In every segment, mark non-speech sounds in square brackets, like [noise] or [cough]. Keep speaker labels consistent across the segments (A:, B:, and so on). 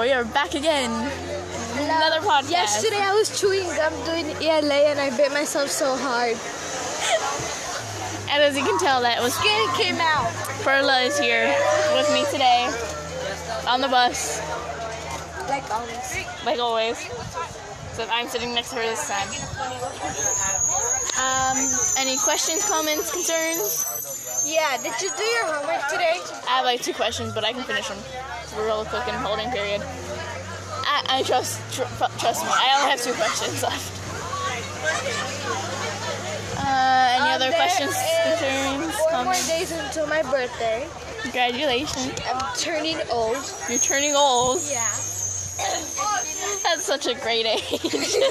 A: we are back again. Another podcast.
B: Yesterday I was chewing gum doing ELA and I bit myself so hard.
A: And as you can tell, that was
B: It came out.
A: Perla is here with me today on the bus,
B: Like always.
A: like always. So I'm sitting next to her this time. Um, any questions, comments, concerns?
B: Yeah, did you do your homework today?
A: I have like two questions, but I can finish them. We're real quick in holding period. I, I trust tr- fu- trust me. I only have two questions [laughs] left. Uh, any
B: Um,
A: other
B: there
A: questions,
B: is
A: concerns,
B: Four more
A: comments?
B: days until my birthday.
A: Congratulations,
B: I'm turning old.
A: you're turning old. [laughs]
B: Yeah.
A: That's such a great age. [laughs]
B: My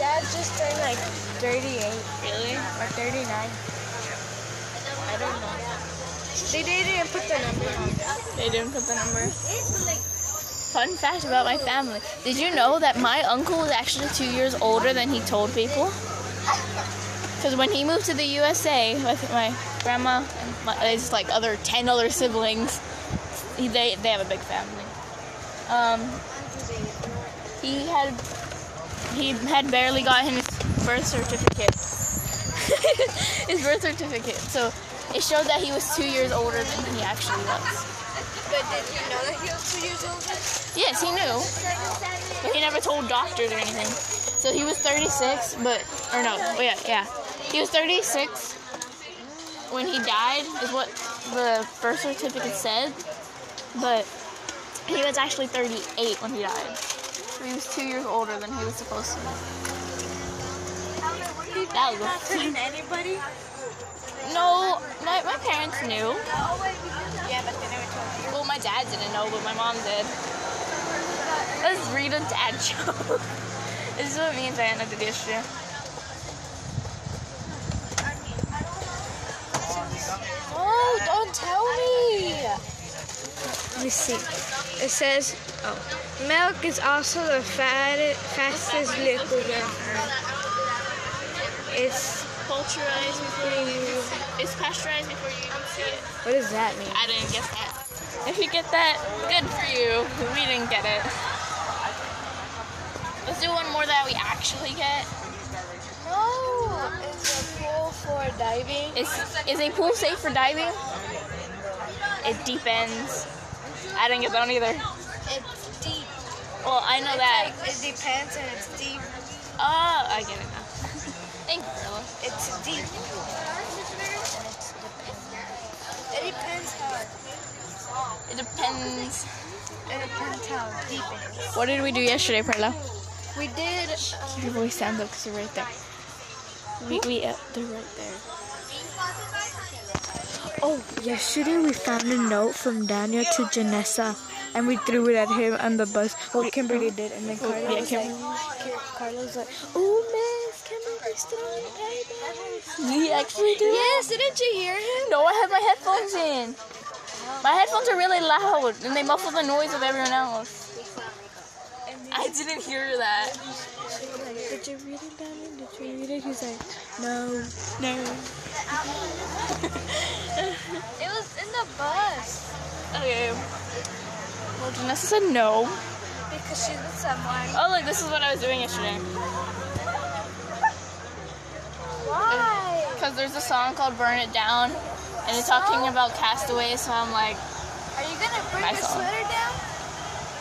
B: dad just turned like 38
A: really?
B: or 39. I don't know. They didn't put the number on.
A: They didn't put the number. Fun fact about my family. Did you know that my uncle is actually two years older than he told people? Because when he moved to the USA with my grandma and my, his like other ten other siblings, he, they they have a big family. Um, he had he had barely gotten his birth certificate. [laughs] his birth certificate. So it showed that he was two years older than he actually was.
B: But did you know that he was two years older?
A: Yes, he knew. But he never told doctors or anything. So he was 36, but or no, yeah, yeah. He was 36 when he died, is what the birth certificate said. But he was actually 38 when he died. So he was two years older than he was supposed to. be. That was a
B: Turning anybody?
A: no. My, my parents knew.
B: Yeah, but they never told me.
A: Well, my dad didn't know, but my mom did. Let's read a dad [laughs] joke. this is what me and Diana did yesterday.
B: Oh, don't tell me. Let me see. It says, oh, milk is also the fat, fastest liquid on earth. It's,
A: Pasteurized before you It's pasteurized before you even see it.
B: what does that mean?
A: I didn't get that. If you get that, good for you. We didn't get it. Let's do one more that we actually get.
B: No, it's a pool for diving.
A: Is is a pool safe for diving? It depends. I didn't get that one either.
B: It's deep.
A: Well, I know that.
B: It depends and it's deep.
A: Oh, I get it now. [laughs] Thank you, Priscilla.
B: It's deep. It depends how.
A: It depends.
B: It depends how deep it is.
A: What did we do yesterday, Perla?
B: We did.
A: Your voice sounds up because you're right there. We, we uh, they're right there.
C: Oh, yesterday we found a note from Daniel to Janessa, and we threw it at him on the bus. Well, Kimberly did, and then Carla
A: yeah,
C: was
A: Kim-
C: like, Kim- Carla was like, "Oh, Miss, Kimberly's throwing papers."
A: We actually did.
B: Yes, didn't you hear him?
A: No, I had my headphones in. My headphones are really loud, and they muffle the noise of everyone else. I didn't hear that.
C: Like, did you read it, Daniel? Did you read it? He's like, "No, no."
B: It was in the bus
A: Okay. Well, Janessa said no.
B: because she's with someone.
A: Oh, look, this is what I was doing yesterday.
B: Why?
A: Because there's a song called Burn It Down, and it's talking about castaways, so I'm like,
B: Are you gonna bring
A: I
B: your
A: saw.
B: sweater down?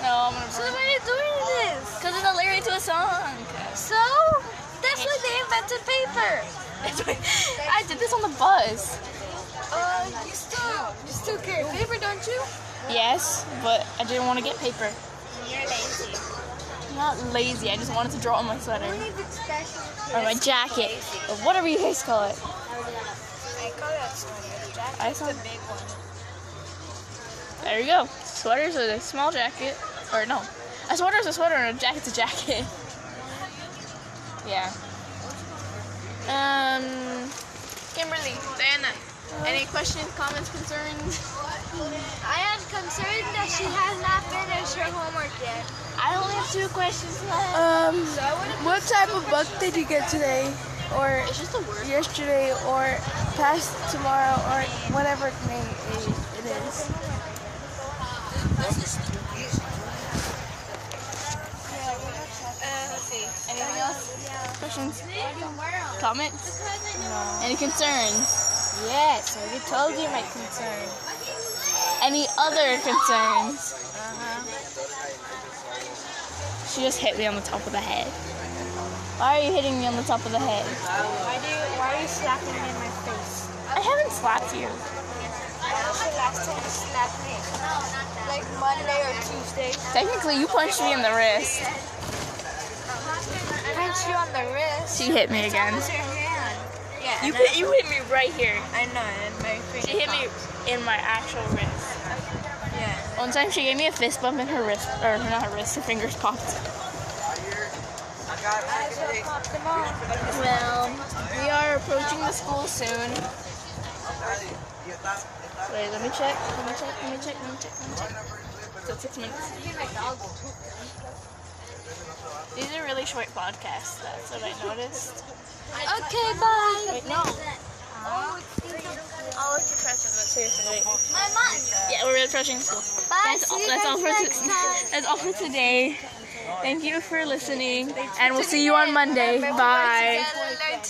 A: no, I'm gonna
B: So
A: burn
B: why are you doing this?
A: Because it's a lyric to a song.
B: So that's why
A: [laughs]
B: they invented paper.
A: I did this on the bus.
B: Uh, you still, you still carry paper, don't you?
A: Yes, but I didn't want to get paper. I'm not lazy. I just wanted to draw on my sweater or my jacket or whatever you guys call it.
B: I call that sweater. Jacket.
A: I saw.
B: big one.
A: There you go. Sweater's a small jacket, or no, a sweater's a sweater and a jacket's a jacket. [laughs] Yeah. Um, Kimberly, Diana, any questions, comments, concerns?
B: I am concerned that she has not finished her homework yet.
A: I only have two questions left.
C: Um,
B: So I would
C: what type of book did you get today, or
A: It's just a word.
C: yesterday, or past tomorrow, or whatever name it is?
A: Anything else? Questions? Comments? Any concerns?
B: Yes, I already told you my concern.
A: Any other concerns?
B: Uh-huh.
A: She just hit me on the top of the head. Why are you hitting me on the top of the head?
B: Why do you, why are you slapping me in my face?
A: I haven't slapped you.
B: When's the last time you slapped me? Like Monday or Tuesday.
A: Technically, you punched me in the wrist.
B: Pinch you on the wrist.
A: She hit me again.
B: How's your hand? Yeah.
A: You hit, you hit me right here.
B: I know, and my finger.
A: She hit me in my actual wrist.
B: Yeah.
A: One time she gave me a fist bump and her wrist, or not her wrist, her fingers popped.
B: I should pop them off.
A: Well, we are approaching the school soon. Wait, let me check. Let me check. Let me check. Let me check. Let me check. So six minutes. These are really short podcasts. That's what I noticed.
B: Okay, bye.
A: Wait, no. Oh, it's depressing. Let's see if wait.
D: My mom.
A: Yeah, we're approaching school.
D: Bye.
A: That's all,
D: See you
A: that's all
D: guys
A: for
D: next
A: to,
D: time.
A: [laughs] that's all for today. Thank you for listening, and we'll see you on Monday. Bye.
B: Learn